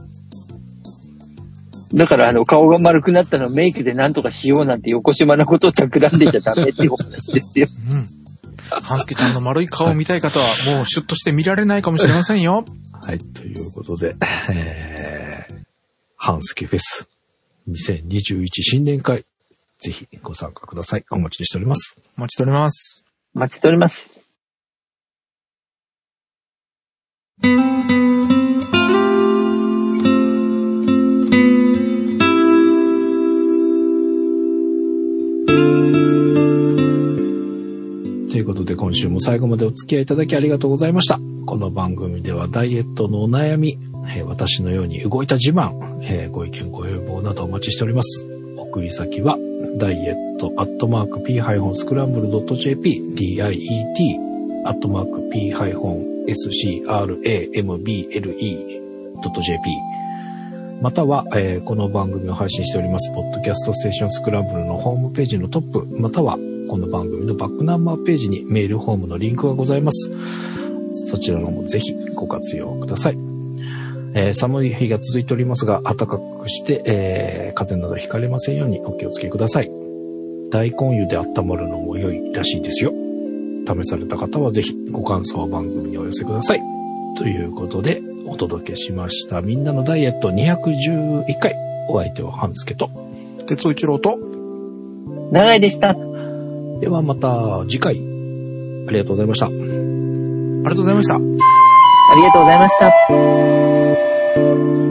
だから、あの、顔が丸くなったのをメイクで何とかしようなんて横島なことを企んでちゃダメっていうお話ですよ。
うん。半助ちゃんの丸い顔を見たい方は、もうシュッとして見られないかもしれませんよ。
はい、ということで、えー、ハンスケフェス2021新年会、ぜひご参加ください。お待ちしております。
お待ちしております。
お 待ちしております。
ということで今週も最後までお付き合いいただきありがとうございました。この番組ではダイエットのお悩み、えー私のように動いた自慢、えーご意見ご要望などお待ちしております。送り先は、ダイエットアットマーク p-scramble.jp、diet アットマーク p-scramble.jp または、えーこの番組を配信しております、ポッドキャストステーションスクランブルのホームページのトップ、または、この番組のバックナンバーページにメールフォームのリンクがございます。そちらのもぜひご活用ください。えー寒い日が続いておりますが、暖かくして、えー風邪などひかれませんようにお気をつけください。大根湯で温まるのも良いらしいですよ。試された方はぜひご感想を番組にお寄せください。ということで、お届けしました。みんなのダイエット211回。お相手は半助と。
鉄尾一郎と、
長いでした。
ではまた次回。ありがとうございました。
ありがとうございました。
ありがとうございました。
「